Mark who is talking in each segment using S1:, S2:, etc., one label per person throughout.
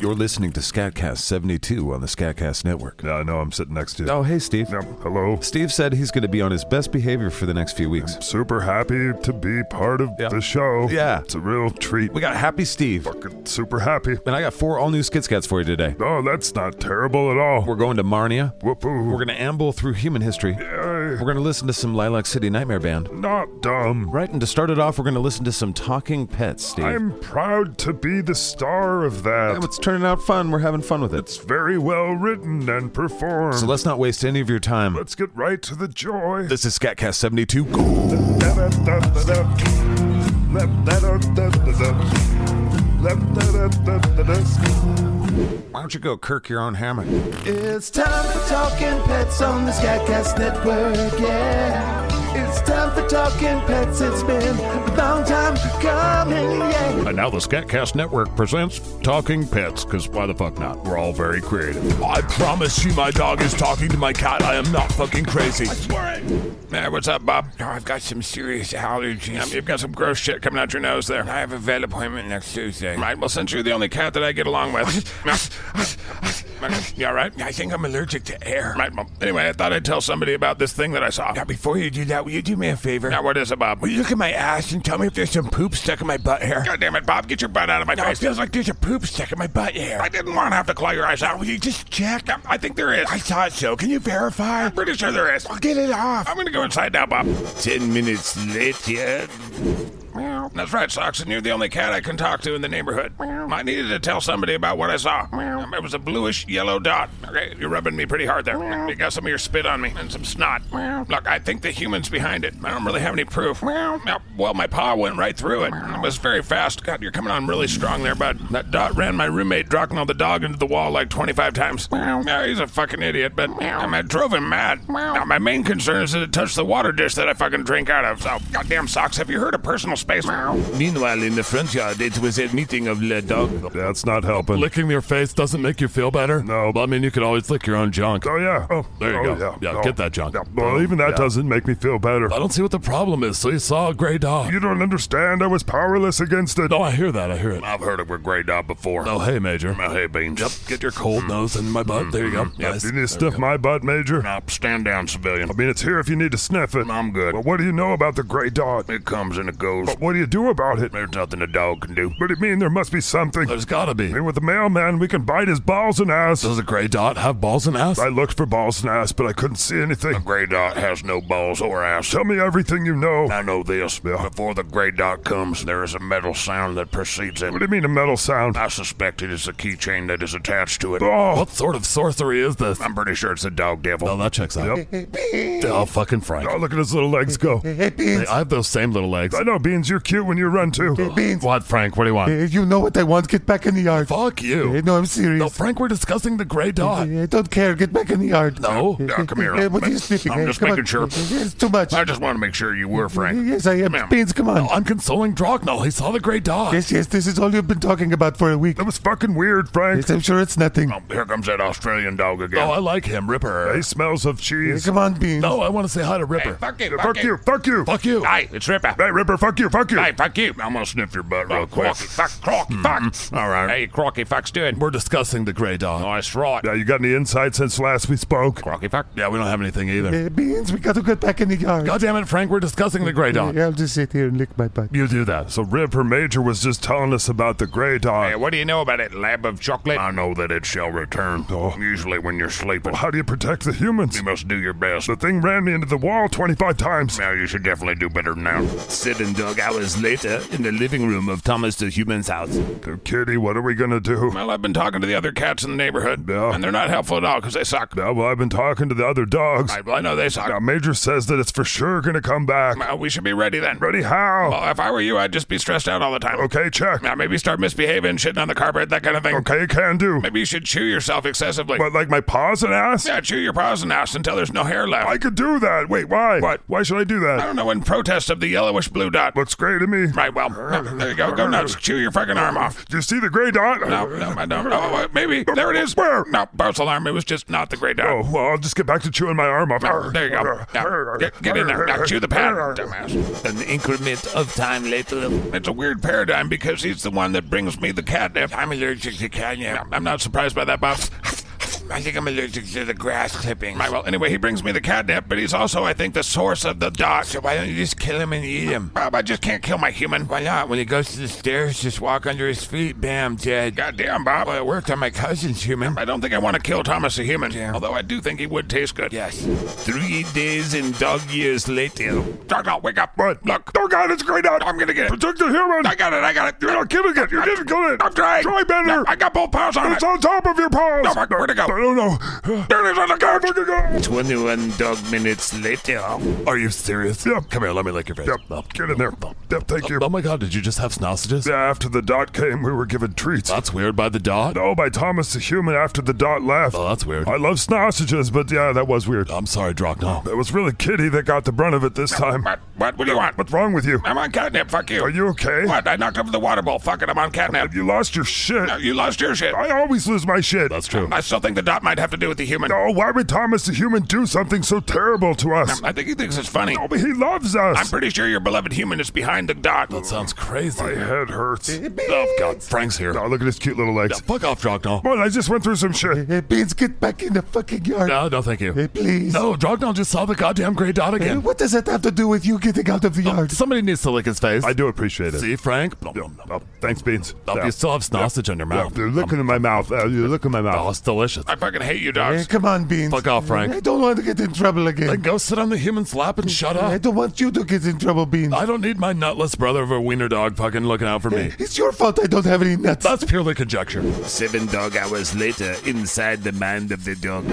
S1: You're listening to Scatcast 72 on the Scatcast Network.
S2: I know I'm sitting next to you.
S1: Oh, hey, Steve.
S2: Yep, hello.
S1: Steve said he's going to be on his best behavior for the next few weeks.
S2: Super happy to be part of
S1: Yeah.
S2: the show.
S1: Yeah.
S2: It's a real treat.
S1: We got Happy Steve.
S2: Fucking super happy.
S1: And I got four all new Skitscats for you today.
S2: Oh, that's not terrible at all.
S1: We're going to Marnia.
S2: Whoopoo.
S1: We're going to amble through human history.
S2: Yay.
S1: We're going to listen to some Lilac City Nightmare Band.
S2: not dumb.
S1: Right, and to start it off, we're going to listen to some talking pets, Steve.
S2: I'm proud to be the star of that.
S1: Yeah, it's turning out fun. We're having fun with it.
S2: it's very well written and performed.
S1: So let's not waste any of your time.
S2: Let's get right to the joy.
S1: This is Scatcast 72. Go. Why don't you go Kirk your own hammock?
S3: It's time for talking pets on the Scatcast Network. Yeah, it's time for talking pets. It's been a long time coming. Yeah,
S2: And now the Scatcast Network presents Talking Pets, because why the fuck not? We're all very creative.
S4: I promise you, my dog is talking to my cat. I am not fucking crazy. I swear it. Hey, what's up, Bob?
S5: Oh, I've got some serious allergies.
S4: Um, you've got some gross shit coming out your nose there.
S5: I have a vet appointment next Tuesday.
S4: Right, well, since you're the only cat that I get along with. you alright?
S5: I think I'm allergic to air.
S4: Right, well, anyway, I thought I'd tell somebody about this thing that I saw.
S5: Now, before you do that, will you do me a favor?
S4: Now, what is it, Bob?
S5: Will you look at my ass and tell me if there's some poop stuck in my butt hair?
S4: God damn it, Bob, get your butt out of my
S5: Now, it
S4: face.
S5: feels like there's a poop stuck in my butt hair.
S4: I didn't want to have to claw your eyes out.
S5: Will you just check?
S4: Yeah, I think there is.
S5: I thought so. Can you verify?
S4: I'm pretty sure there is.
S5: I'll get it off.
S4: I'm gonna go inside now, Bob.
S5: Ten minutes later.
S4: Meow. That's right, Socks, and you're the only cat I can talk to in the neighborhood. Meow. I needed to tell somebody about what I saw. Um, It was a bluish yellow dot. Okay, you're rubbing me pretty hard there. You got some of your spit on me and some snot. Look, I think the human's behind it. I don't really have any proof. Now, well, my paw went right through it. It was very fast. God, you're coming on really strong there, bud. That dot ran my roommate Drachnell the dog into the wall like 25 times. Yeah, he's a fucking idiot, but um, I drove him mad. Now, my main concern is that it touched the water dish that I fucking drink out of. So, goddamn socks, have you heard of personal space?
S5: Meanwhile, in the front yard, it was a meeting of the dog.
S2: That's not helping.
S4: Licking your face doesn't make you feel better?
S2: No. Well, I
S4: mean, you could always lick your own junk.
S2: Oh yeah. Oh,
S4: There you
S2: oh,
S4: go. Yeah,
S2: Oh,
S4: get that junk.
S2: yeah. Well, even that doesn't make me feel better.
S4: don't see what the problem is. So you saw a gray dog.
S2: You don't understand. I was powerless against it.
S4: No, I hear that. I hear it.
S5: I've heard of a gray dog before.
S4: Oh, hey, Major.
S3: Mm-hmm.
S5: Hey, Beans. Yep.
S4: Get your cold nose in my butt. There you go. Nice.
S2: Didn't you sniff my butt, Major?
S5: Now, stand down, civilian.
S2: I mean, it's here if you need to sniff it.
S5: I'm good.
S2: Well, what do you know about the gray dot?
S5: It comes and it goes.
S2: But what do you do about it?
S5: There's nothing a dog can do.
S2: What do you mean there must be something? I
S4: There's gotta be.
S2: mean, with the mailman, we can bite his balls and ass.
S4: Does a gray dot have balls and ass?
S2: I looked for balls and ass, but I couldn't see
S5: The
S2: anything.
S5: gray dot has no balls or ass.
S2: Tell me everything you know.
S5: I know this. Before the gray dot comes, there is a metal sound that precedes it.
S2: What do you mean a metal sound?
S5: I suspect it is the keychain that is attached to it.
S2: Oh,
S4: What sort of sorcery is this?
S5: I'm pretty sure it's a dog devil.
S4: Oh, that checks out. Oh, fucking Frank.
S2: oh, look at his little legs go.
S4: Hey, I have those same little legs.
S2: I know, Beans, you're cute when you run too.
S3: Beans.
S4: What, Frank? What do you want?
S3: eh, You know what I want. Get back in the yard.
S4: Fuck
S3: Eh,
S4: you.
S3: No, I'm serious.
S4: No, Frank, we're discussing the gray dot.
S3: Eh, I don't care. Get back in the yard.
S4: No.
S3: Eh,
S5: Yeah, come here.
S3: eh, What are you sniffing?
S5: I'm
S3: Eh,
S5: just
S3: come
S5: making
S3: on.
S5: sure.
S3: Eh, It's too much.
S5: I just want to make sure you were,
S3: Eh,
S5: Frank.
S3: Yes, I am.
S5: Ma'am.
S3: Beans, come on.
S4: I'm consoling Drochnell. He saw the gray dot.
S3: Yes, yes, this is all you've been talking about for a week.
S2: That was fucking weird, Frank.
S3: Yes, I'm sure it's nothing.
S5: Oh, here comes that Australian dog
S4: Oh,
S5: again.
S4: I like him. Ripper.
S2: He smells of
S3: Eh,
S2: cheese.
S3: Come on, Beans.
S4: No, I want to say hi to Ripper.
S5: fuck you,
S2: Fuck you, fuck you.
S4: Fuck you.
S5: Hey, it's Ripper.
S2: Hey, Ripper, fuck you, fuck you.
S5: Hey, fuck you. I'm gonna sniff your butt real quick. Mm-hmm.
S4: Crocky,
S5: fuck, crocky, fuck.
S4: All right.
S5: Hey, crocky, fuck's doing.
S4: We're discussing the gray dot.
S5: Nice right.
S2: Yeah, you got any insight since last we spoke?
S5: Crocky, fuck.
S4: Yeah, we don't have anything either.
S3: Eh, Beans, we gotta get back in the yard.
S4: God damn it, Frank, we're discussing the gray dot.
S3: Eh, I'll just sit here and lick my butt.
S4: You do that.
S2: So Ripper Major was just telling us about the Grey
S5: Hey,
S2: Dog.
S5: what do you know about it, lab of chocolate? I know that it shall return.
S2: Oh.
S5: Usually when you're sleeping,
S2: How do you protect the humans?
S5: you must do your best.
S2: The thing ran me into the wall 25 times.
S5: Now you should definitely do better than that.
S4: Seven dog hours later, in the living room of Thomas the Human's house.
S2: Kitty, what are we gonna do?
S4: Well, I've been talking to the other cats in the neighborhood,
S2: Yeah.
S4: and they're not helpful at all because they suck.
S2: Yeah, well, I've been talking to the other dogs.
S4: I, I know they suck.
S2: Now, Major says that it's for sure gonna come back.
S4: Well, we should be ready then.
S2: Ready? How?
S4: Well, Oh, if I were you, I'd just be stressed out all the time.
S2: Okay, check.
S4: Now, maybe start misbehaving, shitting on the carpet, that kind of thing.
S2: Okay, can do.
S4: Maybe you should chew yourself excessively.
S2: But like my paws and ass?
S4: Yeah, chew your paws and ass until there's no hair left.
S2: I could do that. Wait, why?
S4: What?
S2: Why should I do
S4: I
S2: that?
S4: don't know, in protest of the yellowish blue dot.
S2: What's great to me.
S4: Right, well, there you go. Go nuts. Chew your fucking arm off.
S2: Do you see the gray dot?
S4: No, no, I don't. Oh, wait, maybe. There it is. No, false alarm. It was just not the great dog.
S2: Oh, well, I'll just get back to chewing my arm off.
S4: There you go. Now, get, get in there. Now chew the pad, dumbass.
S6: An increment of time later.
S4: It's a weird paradigm because he's the one that brings me the catnip. I'm allergic to catnip. I'm not surprised by that, boss. I think I'm allergic to the grass clippings. Right, well, anyway, he brings me the catnip, but he's also, I think, the source of the dot. So why don't you just kill him and eat him? Bob, I just can't kill my human.
S6: Why not? When he goes to the stairs, just walk under his feet. Bam, dead.
S4: Goddamn, Bob.
S6: Well, it worked on my cousin's human.
S4: I don't think I want to kill Thomas the human, although I do think he would taste good.
S6: Yes. Three days and dog years later.
S4: Darnell, wake up. What? Look,
S2: Oh, God, it's gray dot.
S4: I'm gonna get it.
S2: Protect the human.
S4: I got it, I got it.
S2: You're not killing it. You didn't kill it.
S4: I'm trying.
S2: Try better.
S4: No, I got both paws on it.
S2: It's on top of your paws. Oh,
S4: No, where'd it go?
S2: I don't know.
S4: There it is on the couch.
S2: Look at
S6: 21 dog minutes later.
S5: Are you serious?
S2: Yep.
S5: Come here, let me lick your face.
S2: Yep.
S5: Oh,
S2: Get in there. Yep, thank you.
S5: oh my god, did you just have snossages?
S2: Yeah, after the dot came, we were given treats.
S5: That's weird by the dot.
S2: No, by Thomas the Human after the dot left.
S5: Oh, that's weird.
S2: I love sausages, but yeah, that was weird.
S5: I'm sorry, Drocknall.
S2: It was really Kitty that got the brunt of it this time.
S4: What? What? What do you want?
S2: What's wrong with you?
S4: I'm on catnip. Fuck you.
S2: Are you okay?
S4: What? I knocked over the water bowl. Fuck it. I'm on catnip.
S2: You lost your shit.
S4: No, you lost your shit.
S2: I always lose my shit.
S5: That's true.
S4: I still think the dot might have to do with the human.
S2: No, why would Thomas the Human do something so terrible to us?
S4: I think he thinks it's funny.
S2: No, but he loves us.
S4: I'm pretty sure your beloved human is behind the dot.
S5: That sounds crazy.
S2: my head hurts.
S5: Oh god, Frank's here.
S2: Oh, look at his cute little legs.
S5: Fuck off, Drocknall.
S2: Boy, I just went through some shit.
S3: Hey, Beans, get back in the fucking yard.
S5: No, no, thank you.
S3: Hey, please.
S5: No, Drocknall just saw the goddamn gray dot
S3: Hey,
S5: again.
S3: What does that have to do with you getting out of the yard?
S5: Somebody needs to lick his face.
S2: I do appreciate it.
S5: See, Frank?
S2: Oh, thanks, Beans.
S5: Oh,
S2: Yeah.
S5: You still have snossage on your
S2: Yeah,
S5: mouth.
S2: dude, look in my mouth. Uh, you look in my
S5: Oh,
S2: mouth.
S5: it's delicious.
S4: I fucking hate you,
S3: Hey,
S4: dogs.
S3: come on, Beans.
S5: Fuck off, Frank.
S3: I don't want to get in trouble
S5: Then
S3: again.
S5: go sit on the human's lap and shut
S3: I
S5: up.
S3: don't want you to get in trouble, Beans.
S5: I don't need my nutless brother of a wiener dog fucking looking out for me.
S3: It's your fault I don't have any nuts.
S5: That's purely conjecture.
S6: Seven dog hours later, inside the mind of the dog.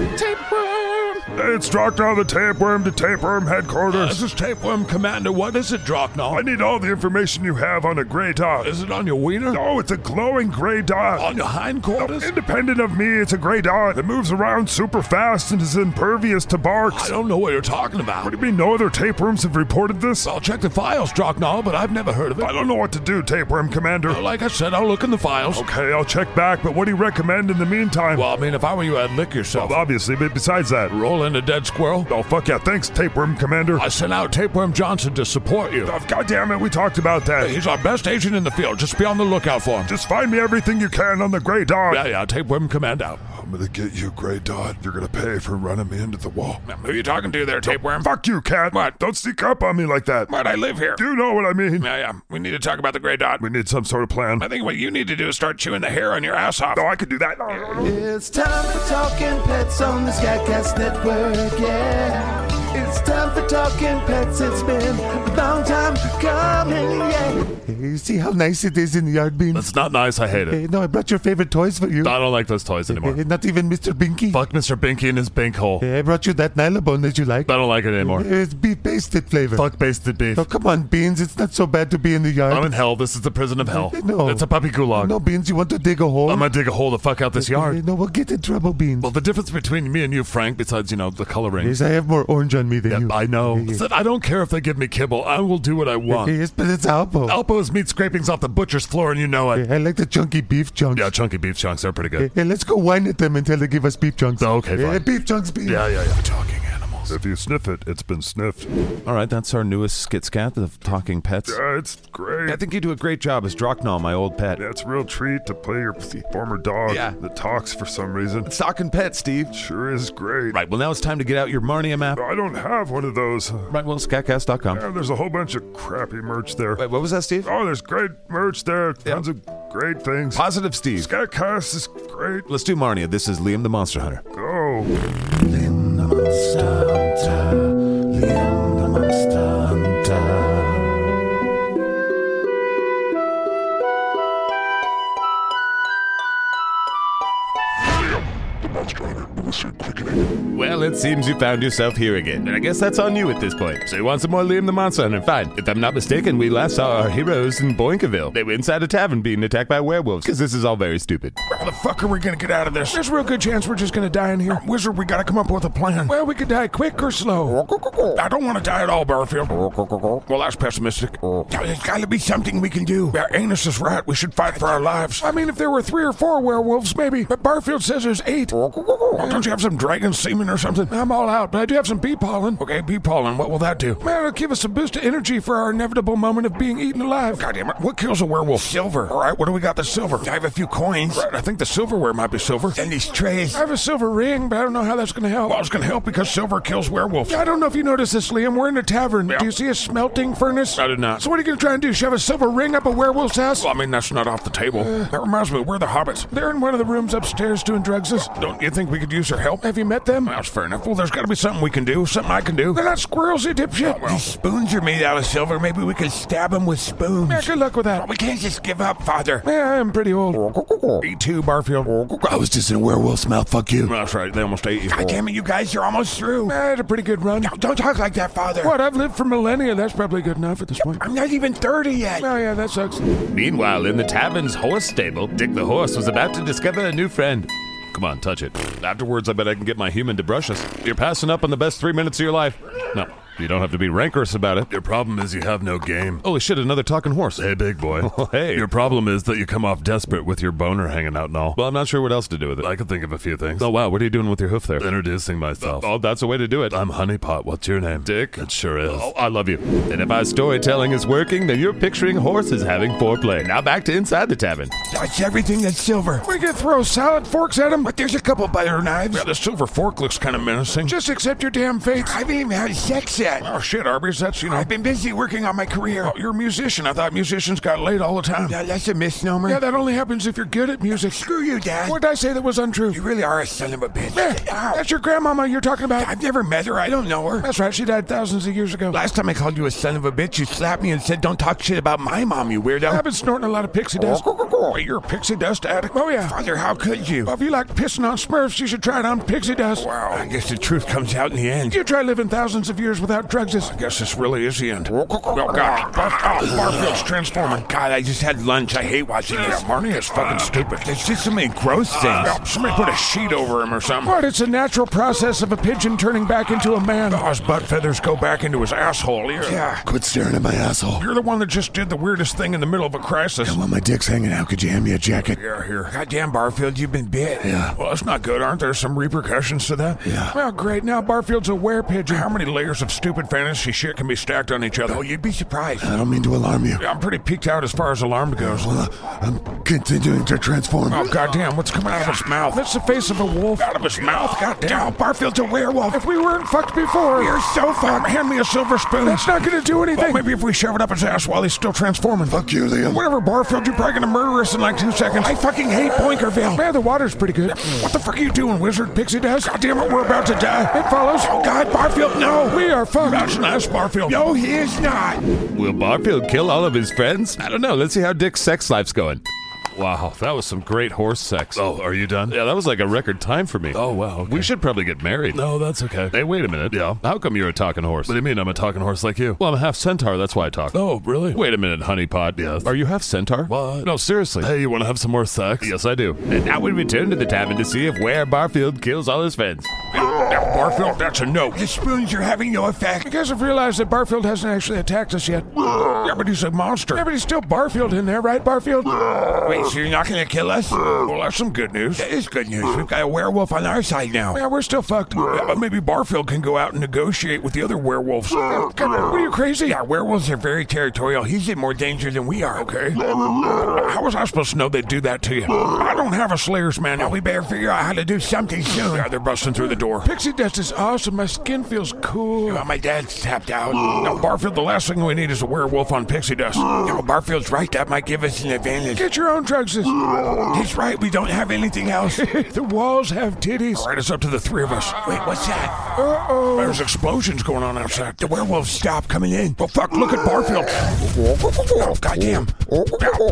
S2: Hey, it's Drockdown the Tapeworm to Tapeworm
S5: This
S2: Headquarters.
S5: is Tapeworm Commander. What is it, Drocknall?
S2: I need all the information you have on a gray dot.
S5: Is it on your wiener?
S2: No, it's a glowing gray dot.
S5: On your hindquarters?
S2: Independent of me, it's a gray dot. It moves around super fast and is impervious to
S5: I
S2: barks.
S5: don't know what you're talking about.
S2: What do you mean no other tapeworms have reported this?
S5: I'll check the files, Drocknall, but I've never heard of it.
S2: I don't know what to do, Tapeworm Commander.
S5: Like I said, I'll look in the files.
S2: Okay, I'll check back, but what do you recommend in the meantime?
S5: Well, I mean, if I were you, I'd lick yourself.
S2: Obviously, but besides that.
S5: Roll in a dead squirrel.
S2: Oh, fuck yeah, thanks, Tapeworm Commander.
S5: I sent out Tapeworm Johnson to support you.
S2: Oh, God damn it, we talked about that.
S5: He's our best agent in the field. Just be on the lookout for him.
S2: Just find me everything you can on the Grey Dot.
S5: Yeah, yeah, Tapeworm Command out.
S2: I'm gonna get you, Grey Dot. You're gonna pay for running me into the wall.
S4: Who are you talking to there, tapeworm?
S2: Fuck you, cat.
S4: What?
S2: Don't sneak up on me like that.
S4: But I live here.
S2: You know what I mean.
S4: Yeah, yeah. We need to talk about the gray dot.
S2: We need some sort of plan.
S4: I think what you need to do is start chewing the hair on your ass off.
S2: No, I could do that. No, no, no.
S3: It's time for talking pets on the Skycast Network. Yeah, it's time for talking pets. It's been a long time coming. Yeah, hey, you see how nice it is in the yard, Beans.
S5: That's not nice. I hate it.
S3: Hey, no, I brought your favorite toys for you.
S5: I don't like those toys
S3: Hey,
S5: anymore.
S3: not even Mr. Binky.
S5: Fuck Mr. Binky and his bink hole.
S3: Hey, I brought you that nylabone that you like.
S5: I don't like it anymore.
S3: It's beef basted flavor.
S5: Fuck basted beef.
S3: Oh, come on, Beans. It's not so bad to be in the yard.
S5: I'm in hell. This is the prison of hell.
S3: No.
S5: It's a puppy gulag.
S3: No, Beans, you want to dig a hole?
S5: I'm gonna dig a hole the fuck out this
S3: Hey,
S5: yard.
S3: No, we'll get in trouble, Beans.
S5: Well, the difference between me and you, Frank, besides you know the coloring,
S3: Yes, I have more orange on me than you.
S5: I know.
S3: Hey,
S5: Is that I don't care if they give me kibble. I will do what I want.
S3: Yes, but it's Alpo.
S5: Alpo's meat scrapings off the butcher's floor, and you know it.
S3: I like the chunky beef chunks.
S5: Yeah, chunky beef chunks. They're pretty good.
S3: Hey, let's go whine at them until they give us beef chunks.
S5: Oh, okay,
S3: Hey,
S5: fine.
S3: beef chunks, beef.
S5: Yeah, yeah, yeah. Talking animals.
S2: If you sniff it, it's been sniffed.
S1: All right, that's our newest skitscat of talking pets.
S2: Yeah, it's
S1: I
S2: great.
S1: think you do a great job as Drocknall, my old pet.
S2: Yeah, it's a real treat to play your former dog
S1: Yeah.
S2: that talks for some reason.
S1: It's talking pets, Steve.
S2: Sure is great.
S1: Right, well, now it's time to get out your Marnium app.
S2: I don't have one of those.
S1: Right, well, scatcast.com.
S2: Yeah, there's a whole bunch of crappy merch there.
S1: Wait, what was that, Steve?
S2: Oh, there's great merch there. Tons of great things.
S1: Positive Steve.
S2: Scatcast is great.
S1: Let's do Marnia. This is Liam the Monster Hunter.
S2: Go.
S7: monster hunter with a suit quickening.
S1: Well, it seems you found yourself here again, and I guess that's on you at this point. So you want some more Liam the Monster Hunter? Fine. If I'm not mistaken, we last saw our heroes in Boinkaville. They were inside a tavern being attacked by werewolves, because this is all very stupid.
S4: How the fuck are we gonna get out of this? There's a real good chance we're just gonna die in here. Wizard, we gotta come up with a plan. Well, we could die quick or slow. I don't want to die at all, Barfield. Well, that's pessimistic. There's gotta be something we can do. Yeah, Anus is right. We should fight for our lives. I mean, if there were three or four werewolves, maybe. But Barfield says there's eight. Well, don't you have some dragon semen or something? I'm all out, but I do have some bee pollen. Okay, bee pollen. What will that do? Man, it'll give us a boost of energy for our inevitable moment of being eaten alive. God damn it. What kills a werewolf? Silver. All right, what do we got that's silver? I have a few coins. Right, I think the silverware might be silver. And these trays. I have a silver ring, but I don't know how that's going to help. Well, it's going to help because silver kills werewolves. I don't know if you noticed this, Liam. We're in a tavern. Do you see a smelting furnace? I did not. So what are you going to try and do? Shove a silver ring up a werewolf's ass? Well, I mean, that's not off the table. that reminds me, we're the hobbits. They're in one of the rooms upstairs doing drugs. Don't you think we could use their help? Have you met them? That's fair enough. Well, there's got to be something we can do. Something I can do. Oh, They're not squirrels, you dipshit. These spoons are made out of silver. Maybe we could stab them with spoons. Yeah, good luck with that. we can't just give up, Father. Yeah, I'm pretty old. Me too, Barfield. I was just in a werewolf's mouth. Fuck you. That's right. They almost ate you. God damn it, you guys. You're almost through. I had a pretty good run. don't talk like that, Father. What? I've lived for millennia. That's probably good enough at this point. I'm not even 30 yet. Oh, yeah, that sucks.
S1: Meanwhile, in the tavern's horse stable, Dick the horse was about to discover a new friend. Come on, touch it. Afterwards, I bet I can get my human to brush us. You're passing up on the best three minutes of your life. No, you don't have to be rancorous about it.
S5: Your problem is you have no game.
S1: Holy shit, another talking horse.
S5: Hey, big boy.
S1: Oh, hey.
S5: Your problem is that you come off desperate with your boner hanging out and all.
S1: Well, I'm not sure what else to do with it.
S5: I could think of a few things.
S1: Oh, wow, what are you doing with your hoof there?
S5: Introducing myself.
S1: Oh, that's a way to do it.
S5: I'm Honeypot. What's your name? Dick. It sure is.
S1: Oh, I love you. And if our storytelling is working, then you're picturing horses having foreplay. Now back to inside the tavern.
S4: That's everything that's silver. We can throw salad forks at them, but there's a couple butter knives. Yeah, the silver fork looks kind of menacing. Just accept your damn fate. I haven't even had sex yet. Oh, shit, Arby's. That's, you know. I've been busy working on my career. Oh, you're a musician. I thought musicians got laid all the time. Yeah, that's a misnomer. Yeah, that only happens if you're good at music. Screw you, Dad. What did I say that was untrue? You really are a son of a bitch. that's your grandmama you're talking about. I've never met her. I don't know her. That's right. She died thousands of years ago. Last time I called you a son of a bitch, you slapped me and said, don't talk shit about my mom, you weirdo. I've been snorting a lot of pixie dust. Wait, you're a pixie dust addict? Oh, yeah. Father, how could you? Well, if you like pissing on Smurfs, you should try it on pixie dust. Wow. I guess the truth comes out in the end. You try living thousands of years without drugs. I guess this really is the end. Oh, God. Barf- oh, Barfield's transforming. God, I just had lunch. I hate watching this. Marnie is fucking stupid. There's just so many gross things. somebody put a sheet over him or something. What? Uh. It's a natural process of a pigeon turning back into a man. Oh, his butt feathers go back into his asshole. Yeah.
S3: Ah,
S7: Quit staring at my asshole.
S4: You're the one that just did the weirdest thing in the middle of a crisis.
S3: Oh,
S7: Come on, my dick's hanging out. Could you hand me a jacket?
S4: Yeah, here. Goddamn, Barfield, you've been bit.
S7: Yeah.
S4: Well, that's not good. Aren't there some repercussions to that?
S7: Yeah.
S4: Well, great. Now Barfield's a were pigeon. How many layers of stupid fantasy shit can be stacked on each other? Oh, you'd be surprised.
S7: I don't mean to alarm you.
S4: Yeah, I'm pretty peeked out as far as alarmed goes.
S7: Well, uh, I'm continuing to transform.
S4: Oh, goddamn, what's coming out of his mouth? That's the face of a wolf. Out of his mouth? Goddamn. Barfield's a werewolf. If we weren't fucked before. You're so fucked. Hand me a silver spoon. That's not gonna do anything. maybe if we shove it up his ass while he's still transforming.
S7: Fuck you, Liam.
S4: Whatever, Barfield, you're probably gonna murder us in like two seconds. I fucking hate Boinkerville. Man, the water's pretty good. What the fuck are you doing, wizard? Pixie dust? God damn it, we're about to die. It follows. Oh, God, Barfield, no. We are fucked. That's nice, Barfield. No, he is not.
S1: Will Barfield kill all of his friends? I don't know. Let's see how Dick's sex life's going. Wow, that was some great horse sex.
S5: Oh, are you done?
S1: Yeah, that was like a record time for me.
S5: Oh, wow. okay.
S1: We should probably get married.
S5: No, that's okay. What
S1: Hey, wait a minute.
S5: Yeah.
S1: How come you're a talking horse?
S5: do you mean I'm a talking horse like you?
S1: Well, I'm a half centaur. That's why I talk.
S5: Oh, really?
S1: Wait a minute, honeypot.
S5: Yes.
S1: Are you half centaur?
S5: What?
S1: No, seriously.
S5: Hey, you want to have some more sex?
S1: Yes, I do. And now we return to the tavern to see if where Barfield kills all his friends.
S4: Now, Barfield, that's a no. The spoons are having no effect. You guys have realized that Barfield hasn't actually attacked us yet. yeah, but he's a monster. Yeah, but he's still Barfield in there, right, Barfield? Wait, so you're not going to kill us? well, that's some good news. That is good news. We've got a werewolf on our side now. Yeah, we're still fucked. yeah, but maybe Barfield can go out and negotiate with the other werewolves. Yeah, God, what are you crazy? Yeah, werewolves are very territorial. He's in more danger than we are, okay? How was I supposed to know they'd do that to you? I don't have a Slayer's manual. we better figure out how to do something soon. Yeah, they're busting through the door. Pixie dust is awesome. My skin feels cool. my dad's tapped out. now, Barfield, the last thing we need is a werewolf on pixie dust. no, Barfield's right. That might give us an advantage. Get your own drugs is. He's right. We don't have anything else.
S8: the walls have titties.
S4: All right, it's up to the three of us.
S8: Wait, what's that?
S4: Uh-oh. There's explosions going on outside.
S8: The werewolves stop coming in.
S4: Well, fuck, look at Barfield. Oh, goddamn. Yeah,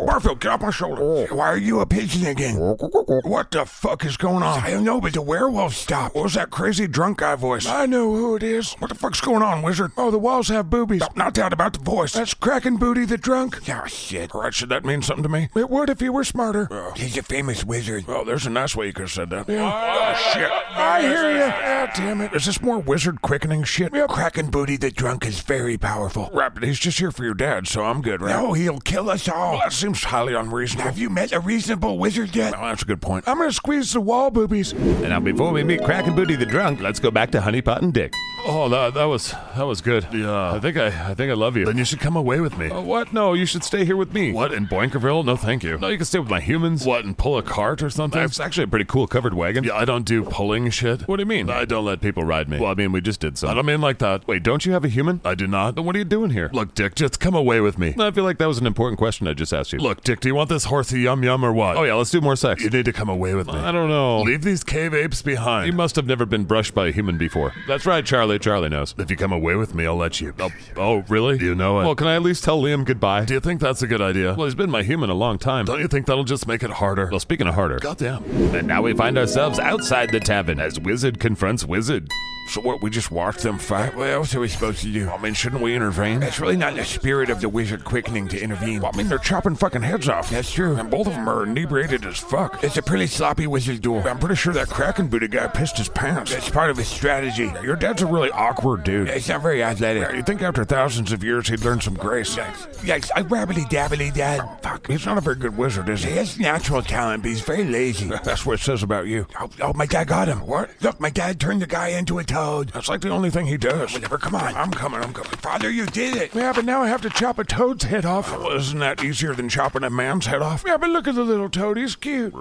S4: Barfield, get off my shoulder.
S8: Why are you a pigeon again?
S4: What the fuck is going on?
S8: I don't know, but the werewolves stop.
S4: What was that crazy drunk guy voice?
S8: I know who it is.
S4: What the fuck's going on, wizard?
S8: Oh, the walls have boobies.
S4: No, not that about the voice.
S8: That's Kraken Booty the drunk.
S4: Oh, shit. All right, should that mean something to me?
S8: It would if you were smarter.
S4: He's a famous wizard. Oh, there's a nice way you could have said that. Oh, shit.
S8: I hear you. Ah, damn it.
S4: Is this more wizard quickening shit?
S8: Yep. Kraken Booty the drunk is very powerful.
S4: Rapid, he's just here for your dad, so I'm good, right?
S8: No, he'll kill us all.
S4: Well, that seems highly unreasonable.
S8: Have you met a reasonable wizard yet?
S4: Well, that's a good point.
S8: I'm gonna squeeze the wall boobies.
S5: And now, before we meet Crack and Booty the drunk, let's go back to Honey Pot and Dick. Oh, that, that was that was good. Yeah, I think I I think I love you.
S2: Then you should come away with me.
S5: Uh, what? No, you should stay here with me.
S2: What,
S5: in Boinkerville? No, thank you. No, you can stay with my humans. What and pull a cart or something? It's actually a pretty cool covered wagon.
S2: Yeah, I don't do pulling shit.
S5: What do you mean?
S2: I don't let people ride me.
S5: well, I mean we just did some.
S2: I don't mean like that.
S5: Wait, don't you have a human?
S2: I do not.
S5: Then what are you doing here?
S2: Look, Dick, just come away with me.
S5: I feel like that was an important question I just asked you.
S2: Look, Dick, do you want this horsey yum yum or what?
S5: Oh yeah, let's do more sex.
S2: You need to come away with me.
S5: I don't know.
S2: Leave these cave apes behind.
S5: You must have never been brushed by a human before. That's right, Charlie. Charlie knows.
S2: if you come away with me, I'll let you.
S5: Oh, oh really?
S2: You know it.
S5: Well, can I at least tell Liam goodbye?
S2: do you think that's a good idea?
S5: Well, he's been my human a long time.
S2: Don't you think that'll just make it harder?
S5: Well, speaking of harder,
S2: Goddamn.
S5: and now we find ourselves outside the tavern as Wizard confronts Wizard.
S4: So what, we just watched them fight?
S8: What else are we supposed to do?
S4: I mean, shouldn't we intervene?
S8: That's really not in the spirit of the wizard quickening to intervene.
S4: Well, I mean, they're chopping fucking heads off.
S8: That's true.
S4: And both of them are inebriated as fuck.
S8: It's a pretty sloppy wizard duel.
S4: I'm pretty sure that Kraken booty guy pissed his pants.
S8: That's part of his strategy.
S4: Your dad's a really awkward dude.
S8: It's not very athletic.
S4: You'd think after thousands of years he'd learn some grace.
S8: Yikes, I rabbity dabbity dad.
S4: Fuck, he's not a very good wizard, is
S8: He
S4: he?
S8: has natural talent, but he's very lazy.
S4: That's what it says about you.
S8: Oh, oh, my dad got him. What? Look, my dad turned the guy into a toad.
S4: That's like the only thing he does.
S8: Whatever, come on.
S4: I'm coming, I'm coming.
S8: Father, you did it.
S4: Yeah, but now I have to chop a toad's head off. Well, isn't that easier than chopping a man's head off? Yeah, but look at the little toad, he's cute.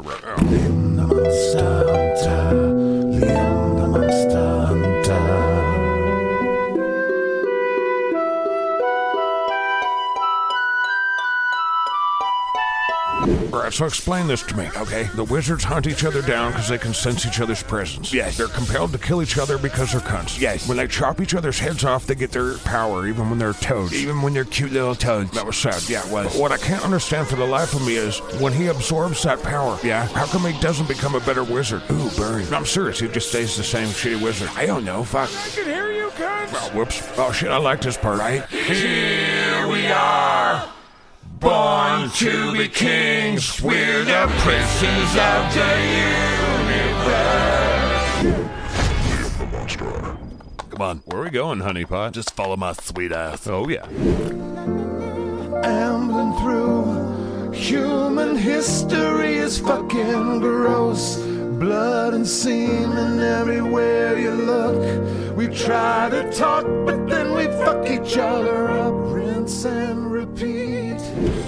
S4: All right, so explain this to me.
S8: Okay.
S4: The wizards hunt each other down because they can sense each other's presence.
S8: Yes.
S4: They're compelled to kill each other because they're cunts.
S8: Yes.
S4: When they chop each other's heads off, they get their power, even when they're toads.
S8: Even when they're cute little toads.
S4: That was sad.
S8: Yeah, it was.
S4: But what I can't understand for the life of me is when he absorbs that power.
S8: Yeah.
S4: How come he doesn't become a better wizard?
S8: Ooh, burn.
S4: No, I'm serious. He just stays the same shitty wizard.
S8: I don't know. Fuck.
S4: I can hear you, guys. Oh, whoops. Oh shit. I liked this part. Right.
S8: Here we are, born to be kings. We're the princes of the
S2: Come on.
S5: Where are we going, Honey Pot?
S2: Just follow my sweet ass.
S5: Oh yeah.
S9: ambling through. Human history is fucking gross. Blood and semen everywhere you look. We try to talk, but then we fuck each other up. Rinse and repeat.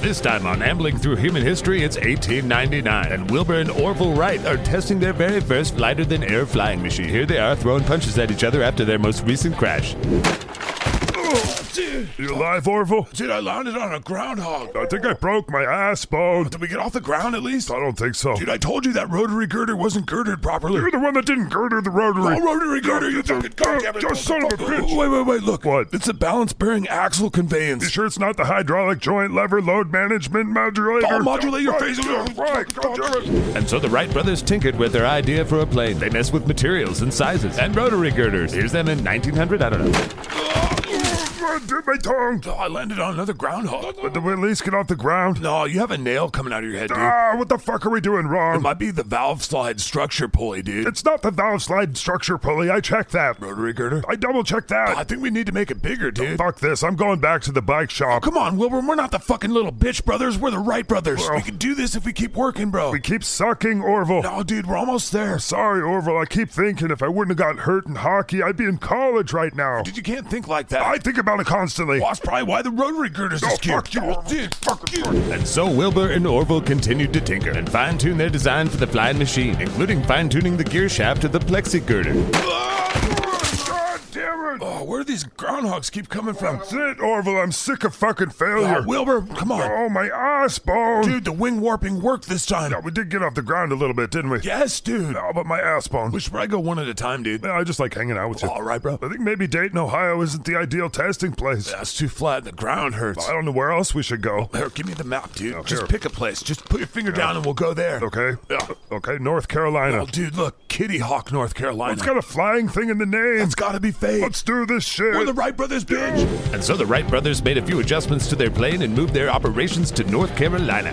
S5: This time on Ambling Through Human History, it's 1899, and Wilbur and Orville Wright are testing their very first lighter than air flying machine. Here they are throwing punches at each other after their most recent crash.
S2: You alive, Orville?
S8: Dude, I landed on a groundhog.
S2: I think I broke my ass bone.
S8: Did we get off the ground at least?
S2: I don't think so.
S8: Dude, I told you that rotary girder wasn't girded properly.
S2: You're the one that didn't girder the rotary.
S8: Oh, rotary girder, you fucking goddamn
S2: You son of a bitch.
S8: Wait, wait, wait, look.
S2: What?
S8: It's a balance bearing axle
S2: You
S8: conveyance.
S2: sure it's not the hydraulic joint lever load management modulator?
S8: I'll modulate your phase.
S2: Right, right, God damn it.
S5: And so the Wright brothers tinkered with their idea for a plane. They messed with materials and sizes and rotary girders. Here's them in 1900, I don't know.
S2: I did my tongue.
S8: Oh, I landed on another groundhog.
S2: Did we at least get off the ground?
S8: No, you have a nail coming out of your head, dude.
S2: Ah, what the fuck are we doing
S8: It
S2: wrong?
S8: might be the valve slide structure pulley, dude.
S2: It's not the valve slide structure pulley. I checked that.
S8: rotary girder.
S2: I double checked that.
S8: I think we need to make it bigger, dude.
S2: Fuck this. I'm going back to the bike shop.
S8: Come on, Wilbur. We're not the fucking little bitch brothers. We're the Wright brothers.
S2: Well-
S8: we can do this if we keep working, bro.
S2: We keep sucking, Orville.
S8: no, dude, we're almost there.
S2: Sorry, Orville. I keep thinking if I wouldn't have got hurt in hockey, I'd be in college right now.
S8: Dude, you can't think like that.
S2: I think about it constantly.
S8: Well, that's probably why the rotary girders is cute.
S2: fuck you, Orville.
S8: dude. Fuck you.
S5: And so Wilbur and Orville continued to tinker and fine tune their design for the flying machine, including fine tuning the gear shaft of the plexi girder.
S2: God damn it. Wilford!
S4: Oh, where do these groundhogs keep coming from?
S2: That's it, Orville. I'm sick of fucking failure.
S4: Oh, Wilbur, come on.
S2: Oh, my ass bone.
S4: Dude, the wing warping worked this time.
S2: Yeah, we did get off the ground a little bit, didn't we?
S4: Yes, dude.
S2: No, but my ass bone.
S4: We should probably go one at a time, dude.
S2: Yeah, I just like hanging out with you.
S4: All right, bro.
S2: I think maybe Dayton, Ohio isn't the ideal testing place.
S4: That's too flat. The ground hurts.
S2: I don't know where else we should go.
S4: Here, give me the map, dude.
S2: Oh,
S4: Just
S2: here.
S4: pick a place. Just put your finger down and we'll go there.
S2: Okay.
S4: Oh, Yeah.
S2: Okay, North Carolina.
S4: Oh, dude, look. Kitty Hawk, North Carolina.
S2: It's got a flying thing in the name.
S4: it's gotta be fake.
S2: Let's do this shit.
S4: We're the Wright brothers, bitch.
S1: And so the Wright brothers made a few adjustments to their plane and moved their operations to North Carolina.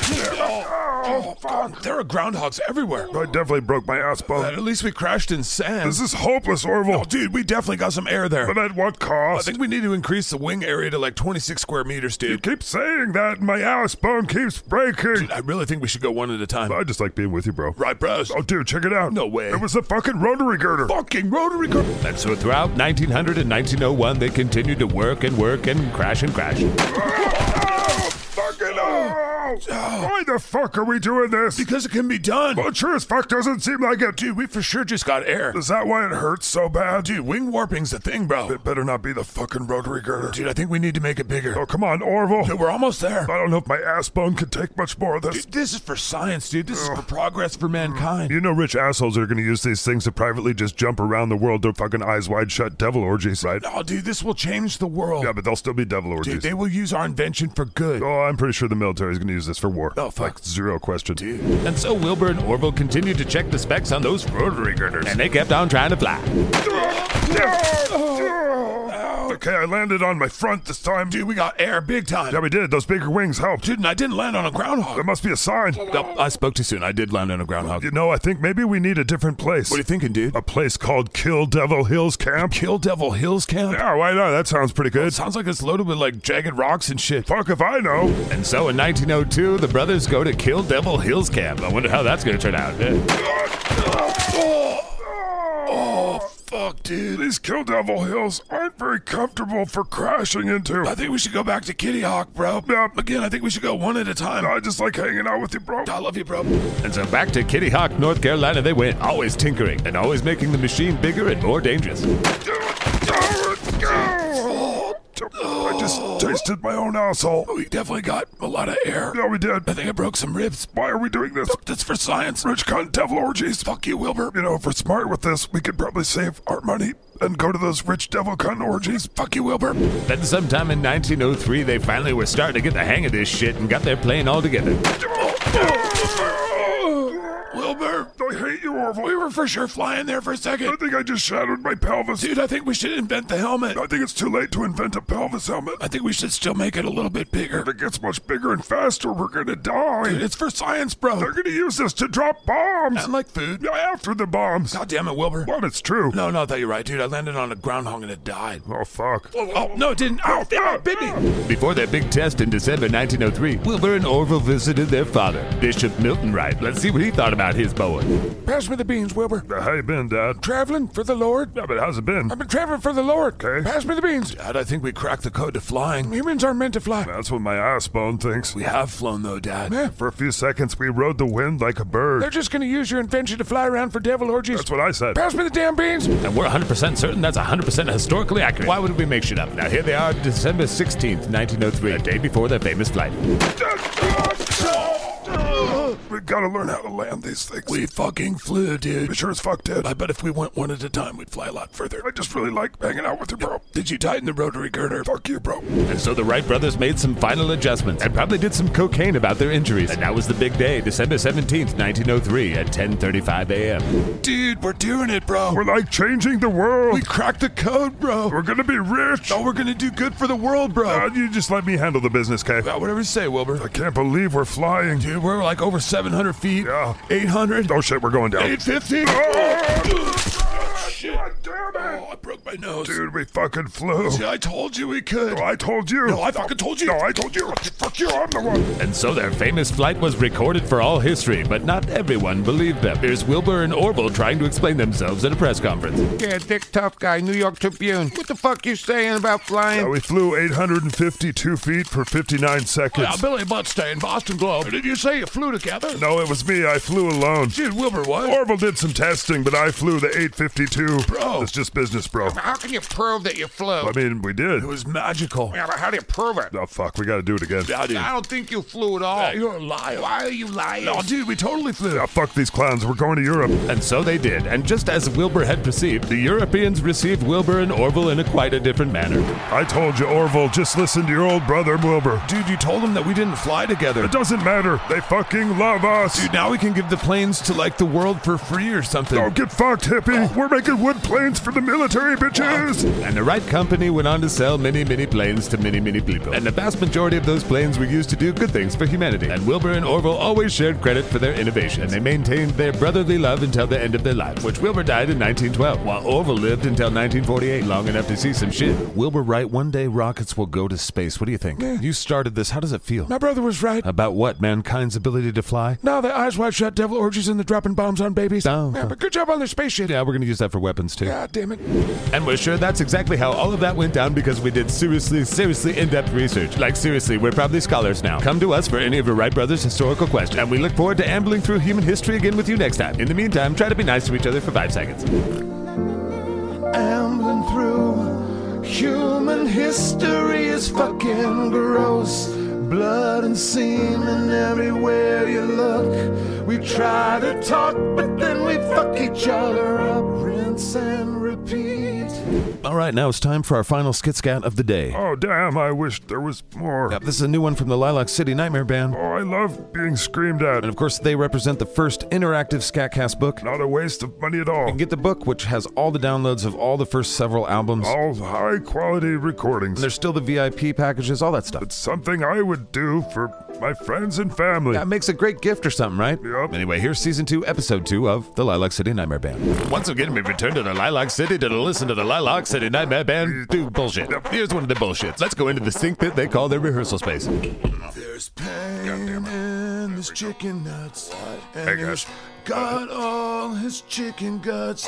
S4: Oh, God. There are groundhogs everywhere.
S2: I definitely broke my ass
S4: But
S2: bone.
S4: at least we crashed in sand.
S2: This is hopeless, Orville.
S4: oh, dude, we definitely got some air there.
S2: But at what
S4: I
S2: cost?
S4: think we need to increase the wing area to like 26 square meters,
S2: You
S4: dude.
S2: keep saying that, and my ass bone keeps breaking.
S4: I really think we should go one at a time.
S2: I just like being with you, bro.
S4: Right, bros?
S2: Oh, dude, check it out.
S4: No way.
S2: It was a fucking rotary girder.
S4: fucking rotary car.
S1: And so throughout 1900 and 1901, they continued to work and work and crash and crash.
S2: Oh, fucking oh. Why the fuck are we doing this?
S4: Because it can be done.
S2: Well, it sure as fuck doesn't seem like it.
S4: Dude, we for sure just got air.
S2: Is that why it hurts so bad?
S4: Dude, wing warping's a thing, bro.
S2: It better not be the fucking rotary girder.
S4: Dude, I think we need to make it bigger.
S2: Oh, come on, Orville.
S4: Dude, we're almost there.
S2: I don't know if my ass bone could take much more of this.
S4: Dude, this is for science, dude. This is for progress for mankind.
S2: You know, rich assholes are gonna use these things to privately just jump around the world to fucking eyes wide shut devil orgies, right?
S4: Oh, dude, this will change the world.
S2: Yeah, but they'll still be devil orgies.
S4: Dude, they will use our invention for good.
S2: Oh, I'm pretty sure the military's gonna use this for war.
S4: Oh, fuck.
S2: Like, zero question.
S1: And so Wilbur and Orville continued to check the specs on those rotary girders, and they kept on trying to fly.
S2: Okay, I landed on my front this time.
S4: Dude, we got air big time.
S2: Yeah, we did. Those bigger wings helped.
S4: Dude, and I didn't land on a
S2: There
S4: groundhog. Oh,
S2: must be a sign.
S4: No, I spoke too soon. I did land on a groundhog.
S2: You know, I think maybe we need a different place.
S4: What are you thinking, dude?
S2: a place called Kill Devil Hills Camp?
S4: Kill Devil Hills camp?
S2: Yeah, why not? That sounds pretty good.
S4: Sounds like it's loaded with like jagged rocks and shit.
S2: Fuck if I know.
S1: And so in 1902, the brothers go to Kill Devil Hills Camp. I wonder how that's going to turn out. Eh,
S4: Oh, Fuck, dude.
S2: These Kill Devil Hills aren't very comfortable for crashing into.
S4: I think we should go back to Kitty Hawk, bro.
S2: Yep.
S4: Again, I think we should go one at a time.
S2: I just like hanging out with you, bro.
S4: I love you, bro.
S1: And so back to Kitty Hawk, North Carolina, they went, always tinkering and always making the machine bigger and more dangerous.
S2: I just tasted my own asshole.
S4: We definitely got a lot of air.
S2: Yeah, we did.
S4: I think I broke some ribs.
S2: Why are we doing this?
S4: That's for science.
S2: Rich cunt devil orgies. Fuck you, Wilbur. You know, if we're smart with this, we could probably save our money and go to those rich devil cunt orgies. Fuck you, Wilbur.
S1: Then sometime in 1903, they finally were starting to get the hang of this shit and got their plane all together.
S4: Wilbur,
S2: I hate you, Orville.
S4: we were for sure flying there for a
S2: I
S4: second.
S2: think I just shattered my pelvis.
S4: Dude, I think we should invent the helmet.
S2: I think it's too late to invent a pelvis helmet.
S4: I think we should still make it a little bit bigger.
S2: If it gets much bigger and faster, we're gonna die.
S4: It's for science, bro.
S2: They're gonna use this to drop bombs.
S4: Not like food.
S2: After the bombs.
S4: God damn it, Wilbur.
S2: But it's true.
S4: No, no, I thought you were right, dude. I landed on a groundhog and it died.
S2: Oh, fuck.
S4: Oh, no, it didn't. Ow, damn
S2: ah.
S4: it, bit me.
S1: Before their big test in December 1903, Wilbur and Orville visited their father, Bishop Milton Wright. Let's see what he thought about his boa.
S4: Pass me the beans, Wilbur.
S2: How you been, Dad?
S4: Traveling for the Lord.
S2: Yeah, but how's it been?
S4: I've been traveling for the Lord.
S2: Okay.
S4: Pass me the beans. Dad, I think we cracked the code to flying. Humans aren't meant to fly.
S2: That's what my ass bone thinks.
S4: We have flown, though, Dad.
S2: For a few seconds, we rode the wind like a bird.
S4: They're just going to use your invention to fly around for devil orgies.
S2: That's what I said.
S4: Pass me the damn beans.
S1: And we're 100% certain that's 100% historically accurate. Why would we make shit up? Now, here they are, December 16th, 1903, a day before their famous flight.
S2: We gotta learn how to land these things.
S4: We fucking flew, dude.
S2: We sure as fuck did.
S4: I bet if we went one at a time, we'd fly a lot further.
S2: I just really like hanging out with you, bro.
S4: Did you tighten the rotary girder?
S2: Fuck you, bro.
S1: And so the Wright brothers made some final adjustments and probably did some cocaine about their injuries. And that was the big day, December 17th, 1903, at 10.35 a.m.
S4: Dude, we're doing it, bro.
S2: We're like changing the world.
S4: We cracked the code, bro.
S2: We're gonna be rich.
S4: Oh, we're going to do good for the world,
S1: Uh,
S4: bro.
S2: God, you just let me handle the business, Kay.
S4: Well, whatever you say, Wilbur.
S2: I can't believe we're flying.
S4: Dude, we're like over 700 feet.
S2: Yeah.
S4: 800.
S2: Oh shit, we're going down.
S4: 850. Oh, shit.
S2: Damn
S4: Oh, I broke my nose.
S2: Dude, we fucking flew.
S4: See, I told you we could.
S2: Oh, I told you.
S4: No, I fucking told you.
S2: No, I told you. Fuck you, I'm the one.
S1: And so their famous flight was recorded for all history, but not everyone believed them. Here's Wilbur and Orville trying to explain themselves at a press conference.
S3: Yeah, Dick Tough Guy, New York Tribune. What the fuck you saying about flying?
S2: Yeah, Uh, we flew 852 feet for 59 seconds.
S4: Now, Billy Buttstein, Boston Globe. Did you say you flew together?
S2: No, it was me. I flew alone.
S4: Dude, Wilbur, what?
S2: Orville did some testing, but I flew the 852.
S4: Bro,
S10: flow?
S2: It's just business, bro.
S10: How can you prove that you flew?
S2: I mean, we did.
S4: It was magical.
S10: Yeah, but how do you prove it?
S2: Oh, fuck. We gotta do it again.
S4: Yeah, dude.
S10: I don't think you flew at all.
S4: You're a liar.
S10: Why are you lying?
S4: Oh, dude, we totally flew.
S2: Yeah, fuck these clowns. We're going to Europe.
S1: And so they did, and just as Wilbur had perceived, the Europeans received Wilbur and Orville in a quite a different manner.
S2: I told you, Orville, just listen to your old brother, Wilbur.
S4: Dude, you told them that we didn't fly together.
S2: It doesn't matter. They fucking love us.
S4: Dude, now we can give the planes to like the world for free or something.
S2: Oh, get fucked, hippie. We're making wood planes for the military, bitches.
S1: And the right company went on to sell many, many planes to many, many people. And the vast majority of those planes were used to do good things for humanity. And Wilbur and Orville always shared credit for their innovation, and they maintained their brotherly love until the end of their lives, which Wilbur died in 1912, while Orville lived until 1948, long enough to see some shit. Wilbur Wright, one day rockets will go to space. What do you think? You started this. How does it feel?
S4: My brother was right.
S1: About what? Mankind's ability to fly?
S4: Now the eyes wide shut devil orgies and the dropping bombs on babies.
S1: Oh.
S4: Yeah, but good job on their space shit.
S1: Yeah, we're gonna use that for weapons too.
S4: God damn it.
S1: And we're sure that's exactly how all of that went down because we did seriously, seriously in depth research. Like, seriously, we're probably scholars now. Come to us for any of your Wright Brothers historical questions, and we look forward to ambling through human history again with you next time. In the meantime, try to be nice to each other for five seconds.
S3: ambling through. Human history is fucking gross. Blood and semen everywhere you look. We try to talk, but then we fuck each other up. Rinse and repeat.
S1: All right, now it's time for our final skit scat of the day.
S2: Oh, damn. I wish there was more.
S1: Yep, this is a new one from the Lilac City Nightmare Band.
S2: Oh, I love being screamed
S1: And
S2: at.
S1: of course, they represent the first interactive Scatcast book. You
S2: Not a waste of money at all.
S1: can get the book, which has all the downloads of all the first several albums. And
S2: All high quality recordings.
S1: there's still the VIP packages, all that stuff.
S2: It's something I would do for my friends and family.
S1: That makes a great gift or something, right?
S2: Yep.
S1: Anyway, here's season two, episode two of the Lilac City Nightmare Band. Once again, we return to the Lilac City to listen to the Lilac City Nightmare Band do bullshit. Here's one of the bullshits. Let's go into the sink pit they call their rehearsal space.
S3: There's pain in his chicken nuts. And
S2: Hey, guys.
S3: he's got all his chicken guts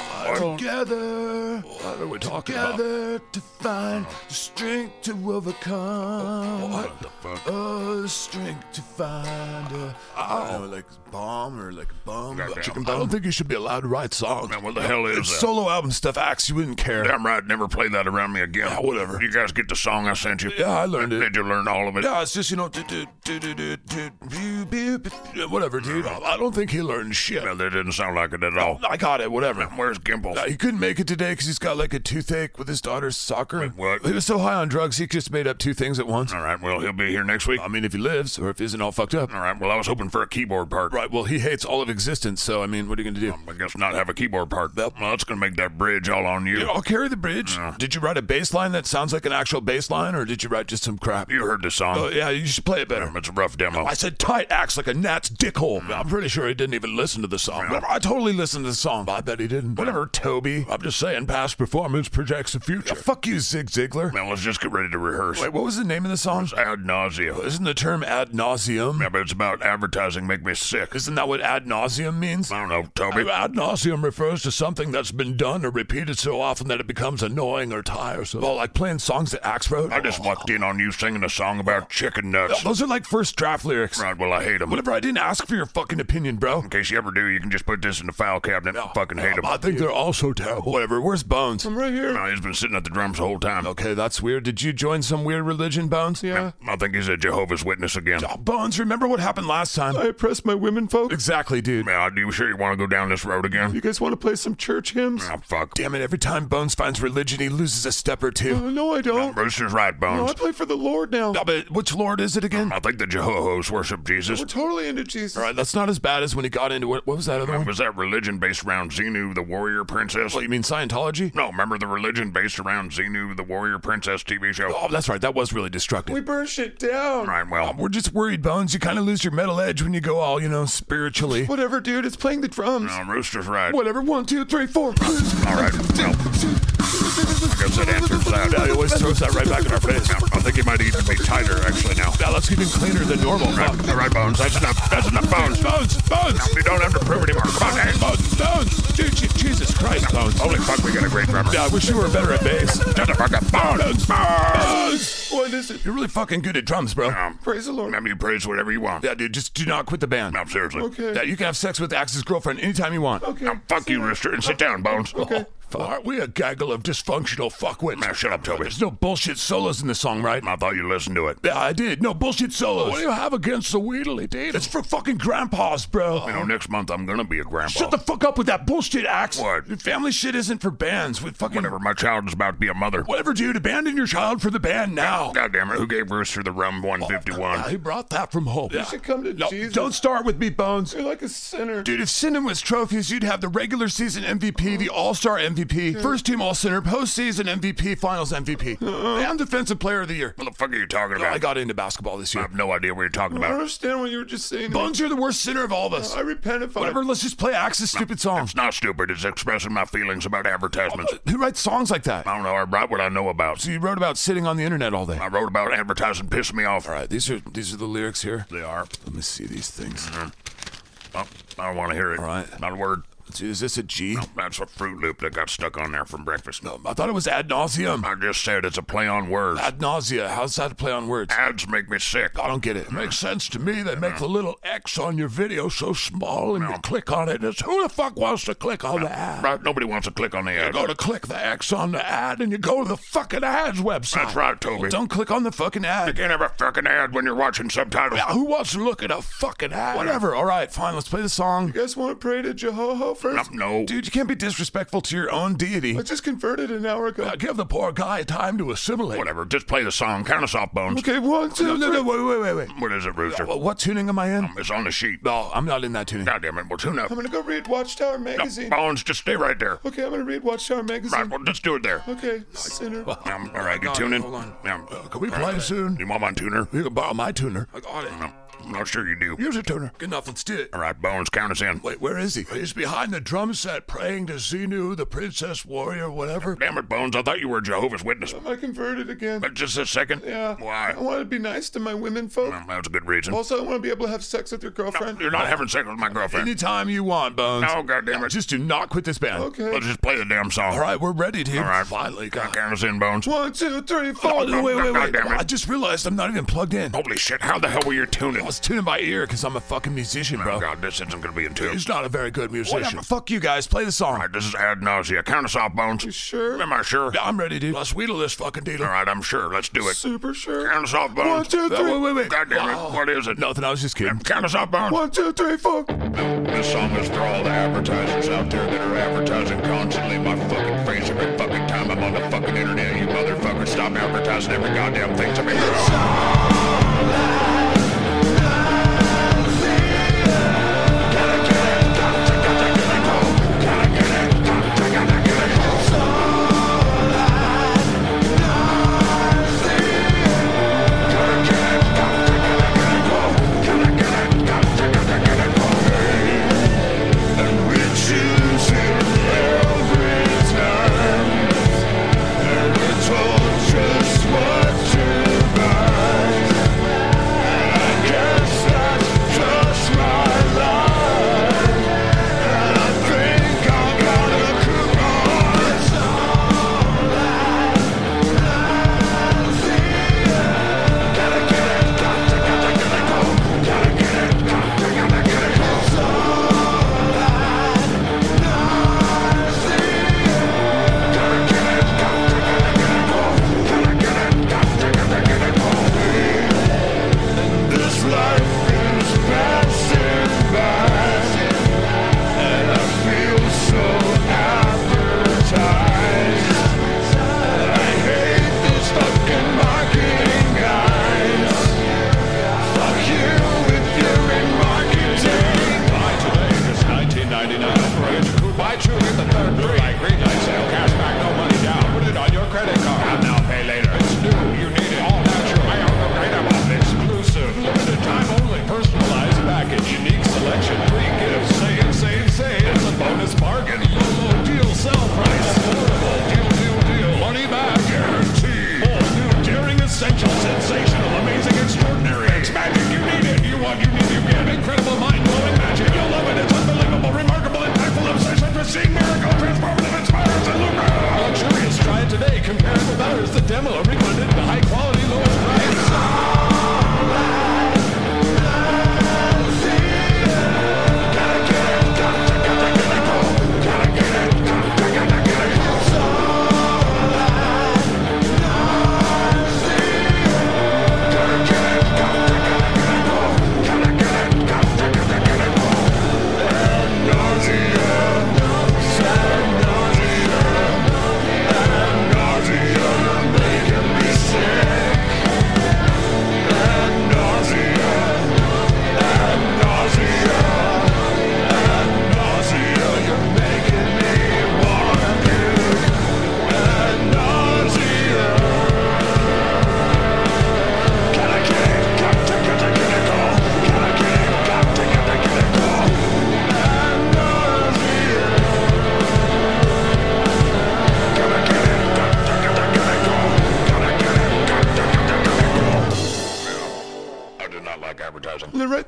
S3: together. What are we
S4: talking about?
S3: together to find the strength to overcome. What the fuck? Oh, the strength to find a, I don't know, like a bomb or like a bomb.
S4: I don't think you should be allowed to write songs.
S5: Man, what the hell is
S4: It's
S5: that?
S4: solo album stuff acts you wouldn't care.
S5: Damn right, never play that around me again.
S4: whatever.
S5: You guys get the song I sent you?
S4: Yeah, I learned it.
S5: Did you learn all of it?
S4: Yeah, it's just you know, do, do, do, do, do, do, do, do, do, whatever, dude. I I don't think he learned shit.
S5: No, that didn't sound like it at all.
S4: I got it. Whatever.
S5: Where's Gimple?
S4: Uh, he couldn't make it today because he's got like a toothache with his daughter's soccer.
S5: what?
S4: He was so high on drugs he just made up two things at once.
S5: All right, well, he'll be here next week.
S4: I mean, if he lives or if he isn't all fucked up.
S5: All right, well, I was hoping for a keyboard part.
S4: Right. Well, he hates all of existence. So I mean, what are you gonna do?
S5: I guess not have a keyboard part. Well, that's going to make that bridge all on you.
S4: Dude, I'll carry the bridge. Did you write a bass line that sounds like an actual bass line, or did you write just some crap?
S5: You heard the song.
S4: Oh, yeah, you should play it better.
S5: Damn, It's a rough demo.
S4: I said tight acts like a gnat's dickhole. I'm pretty sure he didn't even listen to the song. I totally listened to the song. I bet he didn't. Whatever, Toby. I'm just saying, past performance projects the future. fuck you, Zig Ziglar.
S5: Man, let's just get ready to rehearse.
S4: Wait, what was the name of the song?
S5: Ad nauseum.
S4: Isn't the term ad nauseum?
S5: Yeah, but it's about advertising make me sick.
S4: Isn't that what ad nauseum means?
S5: I don't know, Toby.
S4: Ad nauseum refers to something that's been done or repeated so often that it becomes annoying or tiresome. Well, like playing songs that Axe wrote. Oh.
S5: I just walked in on you singing a song about chicken nuts.
S4: Those are like first draft lyrics.
S5: Right, well, I hate them.
S4: Whatever, I didn't ask for your fucking opinion, bro.
S5: In case you ever do, you can just put this in the file cabinet. I fucking hate them.
S4: I think they're also terrible. Whatever, where's Bones? I'm right here.
S5: He's been sitting at the drums the whole time.
S4: Okay, that's weird. Did you join some weird religion, Bones? Yeah.
S5: I think he's a Jehovah's Witness again.
S4: Oh, Bones, remember what happened last time? I oppressed my women folk. Exactly, dude.
S5: Man, are you sure you want to go down this road again?
S4: You guys want to play some church hymns?
S5: Ah, fuck.
S4: Damn it, every time Bones finds religion, he loses a step or two. no, I don't.
S5: Brewster's right, Bones.
S4: play for the Lord now. but which Lord is it again?
S5: I think the Jehovah's worship Jesus.
S4: totally into Jesus. All right, that's not as bad as when he got into what, what was that other one?
S5: Was that religion based around Xenu, the warrior princess?
S4: What, you mean Scientology?
S5: No, remember the religion based around Xenu, the warrior princess TV show?
S4: Oh, that's right. That was really destructive.
S3: burn shit down.
S5: Right, well,
S4: We're just worried, Bones. You kind of lose your metal edge when you go all, you know, spiritually.
S3: Whatever, dude. It's playing the drums.
S5: no, Rooster's right.
S3: Whatever. One, two, three, four.
S5: All right, well, guess that answers that.
S4: Yeah, he always throws that right back in our face.
S5: yeah, I think he might even be tighter, actually, now.
S4: Now let's keep him cleaner than normal. Fuck.
S5: All right, Bones, that's enough. That's enough, Bones.
S4: Bones, Bones,
S5: We don't have to prove anymore. Come on, hey, Bones.
S4: Bones, Bones. Dude, Je- Jesus Christ, Bones.
S5: Holy fuck, we got a great drummer.
S4: Yeah, I wish you were better at bass.
S5: Shut the fuck up. Bones, Bones.
S4: Bones, what is it? You're really fucking good at drums, bro.
S5: Um,
S3: Praise the Lord.
S5: Remember, you praise whatever you want.
S4: Yeah, dude, just do not quit the band.
S5: No, seriously.
S3: Okay.
S4: Yeah, you can have sex with Axe's girlfuck girlfriend anytime you want.
S3: Okay.
S5: Now, fuck you, Rooster, and sit down, Bones.
S3: Okay.
S4: Well, aren't we a gaggle of dysfunctional fuckwits?
S5: Now shut up, Toby.
S4: There's no bullshit solos in this song, right?
S5: I thought you listened to it.
S4: Yeah, I did. No bullshit solos. What do you have against the Wheedly Deedle? It's for fucking grandpas, bro.
S5: You know, next month I'm gonna be a grandpa.
S4: Shut the fuck up with that bullshit accent.
S5: What?
S4: Family shit isn't for bands with fucking.
S5: Whenever my child is about to be a mother.
S4: Whatever, dude. Abandon your child for the band now.
S5: God damn it, who gave Rooster the Rum
S4: Yeah,
S5: 151?
S4: he brought that from home. You should
S3: come to
S4: no,
S3: Jesus.
S4: Don't start with me, Bones.
S3: You're like a sinner.
S4: Dude, if Sinan was trophies, you'd have the regular season MVP,
S3: Mm-hmm.
S4: the All Star MVP, first team All Center, postseason MVP, Finals MVP,
S3: Uh-huh.
S4: and Defensive Player of the Year.
S5: What the fuck are you talking
S4: I
S5: about?
S4: got into basketball this
S5: I
S4: year.
S5: have no idea what you're talking
S3: I don't
S5: about.
S3: understand what you were just saying.
S4: Bones, you're the worst sinner of all of us.
S3: I repent if I.
S4: Whatever, let's just play Axe's stupid songs.
S5: It's not stupid, it's expressing my feelings about advertisements.
S4: Who writes songs like that?
S5: I don't know, I write what I know about.
S4: So you wrote about sitting on the internet all day.
S5: I wrote about advertising pissing me off.
S4: All right, these are these are the lyrics here.
S5: They are.
S4: Let me see these things.
S5: Oh, I don't want to hear it.
S4: All right.
S5: Not a word.
S4: Dude, is this a G?
S5: That's a Fruit Loop that got stuck on there from breakfast. No,
S4: I thought it was ad nauseum.
S5: I just said it's a play on words.
S4: Ad nausea. How's that play on words?
S5: Ads make me sick.
S4: I don't get it. Makes sense to me. They make the little X on your video so small, and you click on it. And it's who the fuck wants to click on the ad?
S5: Right? Nobody wants to click on the
S4: You
S5: ad.
S4: go to click the X on the ad, and you go to the fucking ads website.
S5: That's right, Toby.
S4: Don't click on the fucking
S5: You
S4: ad.
S5: can't have a fucking ad when you're watching subtitles.
S4: Yeah, who wants to look at a fucking ad? Whatever. All right, fine. Let's play the song.
S3: You guys want to pray to Jehovah first?
S5: No.
S4: Dude, you can't be disrespectful to your own deity.
S3: I just converted an hour ago.
S4: Uh, give the poor guy time to assimilate.
S5: Whatever. Just play the song. Count us off, Bones.
S3: Okay, one,
S4: No,
S3: two,
S4: no,
S3: three.
S4: no, wait, wait, wait, wait.
S5: What is it, Rooster? Um,
S4: What, what tuning am I in?
S5: It's on the sheet.
S4: No, I'm not in that tuning.
S5: God damn it. Well, tune up.
S3: I'm gonna go read Watchtower
S5: No,
S3: magazine.
S5: Bones, just stay right there.
S3: Okay, I'm gonna read Watchtower magazine.
S5: Right, well, just do it there.
S3: Okay, sinner.
S5: Um, all right,
S4: Hold
S5: you
S4: on,
S5: tuning?
S4: hold on.
S5: Yeah.
S4: Uh, can we play soon?
S5: You want my tuner?
S4: You can borrow my tuner.
S5: I got it. Um, I'm not sure you do.
S4: Here's a tuner. Good enough. Let's do it.
S5: All right, Bones, count us in.
S4: Wait, where is he? He's behind the drum set praying to Xenu, the princess warrior, whatever.
S5: Damn it, Bones. I thought you were a Jehovah's Witness.
S3: I converted again.
S5: But just a second.
S3: Yeah.
S5: Why?
S3: I want to be nice to my women folk.
S5: Well, that's a good reason.
S3: Also, I want to be able to have sex with your girlfriend.
S5: You're not having sex with my girlfriend.
S4: Anytime uh, you want, Bones.
S5: Oh, God damn it.
S4: Just do not quit this band.
S3: Okay.
S5: Let's just play the damn song.
S4: All right, we're ready, dude.
S5: All right.
S4: Finally, God.
S5: Count us in, Bones.
S3: One, two, three,
S4: Oh,
S3: four.
S4: no, wait, wait,
S5: God
S4: wait.
S5: damn it. Oh.
S4: I just realized I'm not even plugged in. I
S5: Holy shit, how the hell were you tuning?
S4: was tuning by ear because I'm a fucking musician,
S5: Oh,
S4: bro.
S5: God, this isn't gonna be in tune.
S4: He's not a very good musician.
S5: Whatever.
S4: Fuck you guys. Play the song.
S5: All right, this is ad nausea. Count us off, Bones.
S3: You sure?
S5: Am I sure?
S4: Yeah, I'm ready, dude. Let's wheedle this fucking deal.
S5: All right, I'm sure. Let's do it.
S3: Super sure.
S5: Count us off, Bones.
S3: One, two,
S4: Wait,
S3: three.
S4: wait, wait.
S5: God damn it. What is it?
S4: Nothing. I was just kidding.
S5: Count us off, Bones.
S3: One, two, three, four.
S5: This song is for all the advertisers out there that are advertising constantly my fucking face every fucking time I'm on the fucking internet. You motherfuckers, stop advertising every goddamn thing to me. Incredible, mind-blowing magic. You'll love it. It's unbelievable, remarkable, impactful obsession for seeing me.
S11: Oh,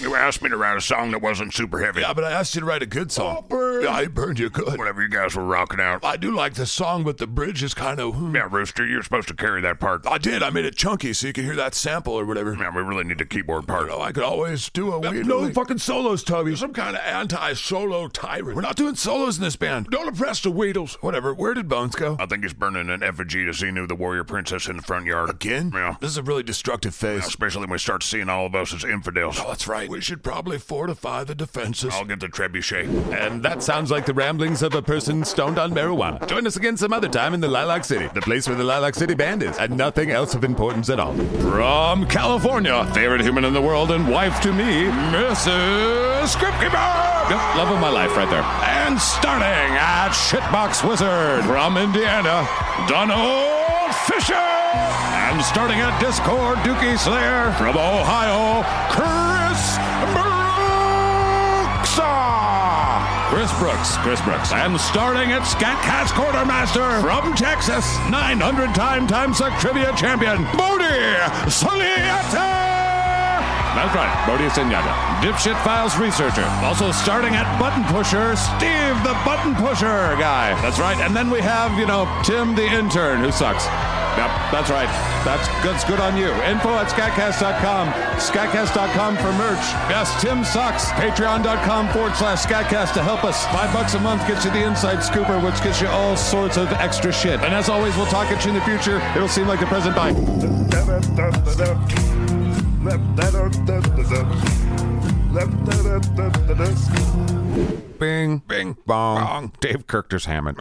S11: You asked me to write a song that wasn't super heavy.
S4: Yeah, but I asked you to write a good song. Yeah, I burned you good.
S11: Whenever you guys were rocking out.
S4: I do like the song, but the bridge is kind of.
S11: Yeah, Rooster, you're supposed to carry that part.
S4: I did. I made it chunky so you could hear that sample or whatever.
S11: Man, we really need a keyboard part.
S4: No, I could always do a weird.
S11: no
S4: fucking solos, Toby. Some kind of anti-solo tyrant. We're not doing solos in this band. Don't oppress the Weedles. Whatever. Where did Bones go?
S11: I think he's burning an effigy to Xenu, the warrior princess, in the front yard.
S4: Again?
S11: Yeah.
S4: This is a really destructive phase.
S11: Especially when we start seeing all of us as infidels.
S4: Oh, that's right. We should probably fortify the defenses.
S11: I'll get the trebuchet.
S5: And that sounds like the ramblings of a person stoned on marijuana. Join us again some other time in the Lilac City, the place where the Lilac City Band is, and nothing else of importance at all. From California, favorite human in the world and wife to me, Mrs. Scriptkeeper! Yep, love of my life right there. And starting at Shitbox Wizard from Indiana, Donald Fisher! And starting at Discord, Dookie Slayer from Ohio, Chris Brooks. Chris Brooks, Chris Brooks. And starting at Scatcast Quartermaster from Texas, 900 time time suck trivia champion, Bodie Soliata. That's right, Bodhi Senyata. Dipshit Files researcher. Also starting at Button Pusher, Steve the Button Pusher guy. That's right, and then we have, you know, Tim the intern who sucks. Yep, that's right. That's, that's good on you. Info at scatcast.com. Scatcast.com for merch. Yes, Tim sucks. Patreon.com forward slash scatcast to help us. Five bucks a month gets you the inside scooper, which gets you all sorts of extra shit. And as always, we'll talk at you in the future. It'll seem like the present. Bye.
S2: Bing.
S4: Bing.
S2: Bong.
S4: Wrong.
S2: Dave Kirkter's Hammond.